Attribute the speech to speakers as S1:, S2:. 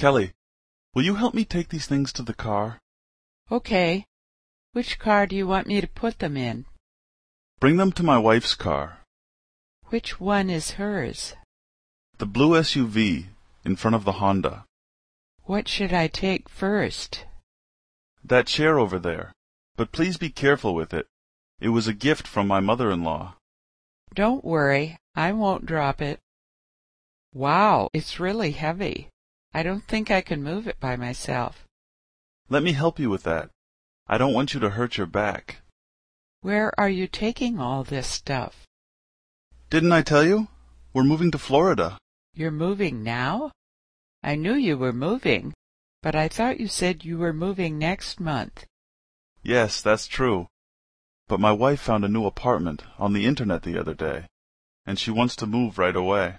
S1: Kelly, will you help me take these things to the car?
S2: Okay. Which car do you want me to put them in?
S1: Bring them to my wife's car,
S2: Which one is hers?
S1: the blue SUV in front of the Honda.
S2: What should I take first?
S1: That chair over there. But please be careful with it. It was a gift from my mother-in-law.
S2: Don't worry, I won't drop it. Wow, it's really heavy. I don't think I can move it by myself.
S1: Let me help you with that. I don't want you to hurt your back.
S2: Where are you taking all this stuff?
S1: Didn't I tell you? We're moving to Florida.
S2: You're moving now? I knew you were moving, but I thought you said you were moving next month.
S1: Yes, that's true. But my wife found a new apartment on the internet the other day, and she wants to move right away.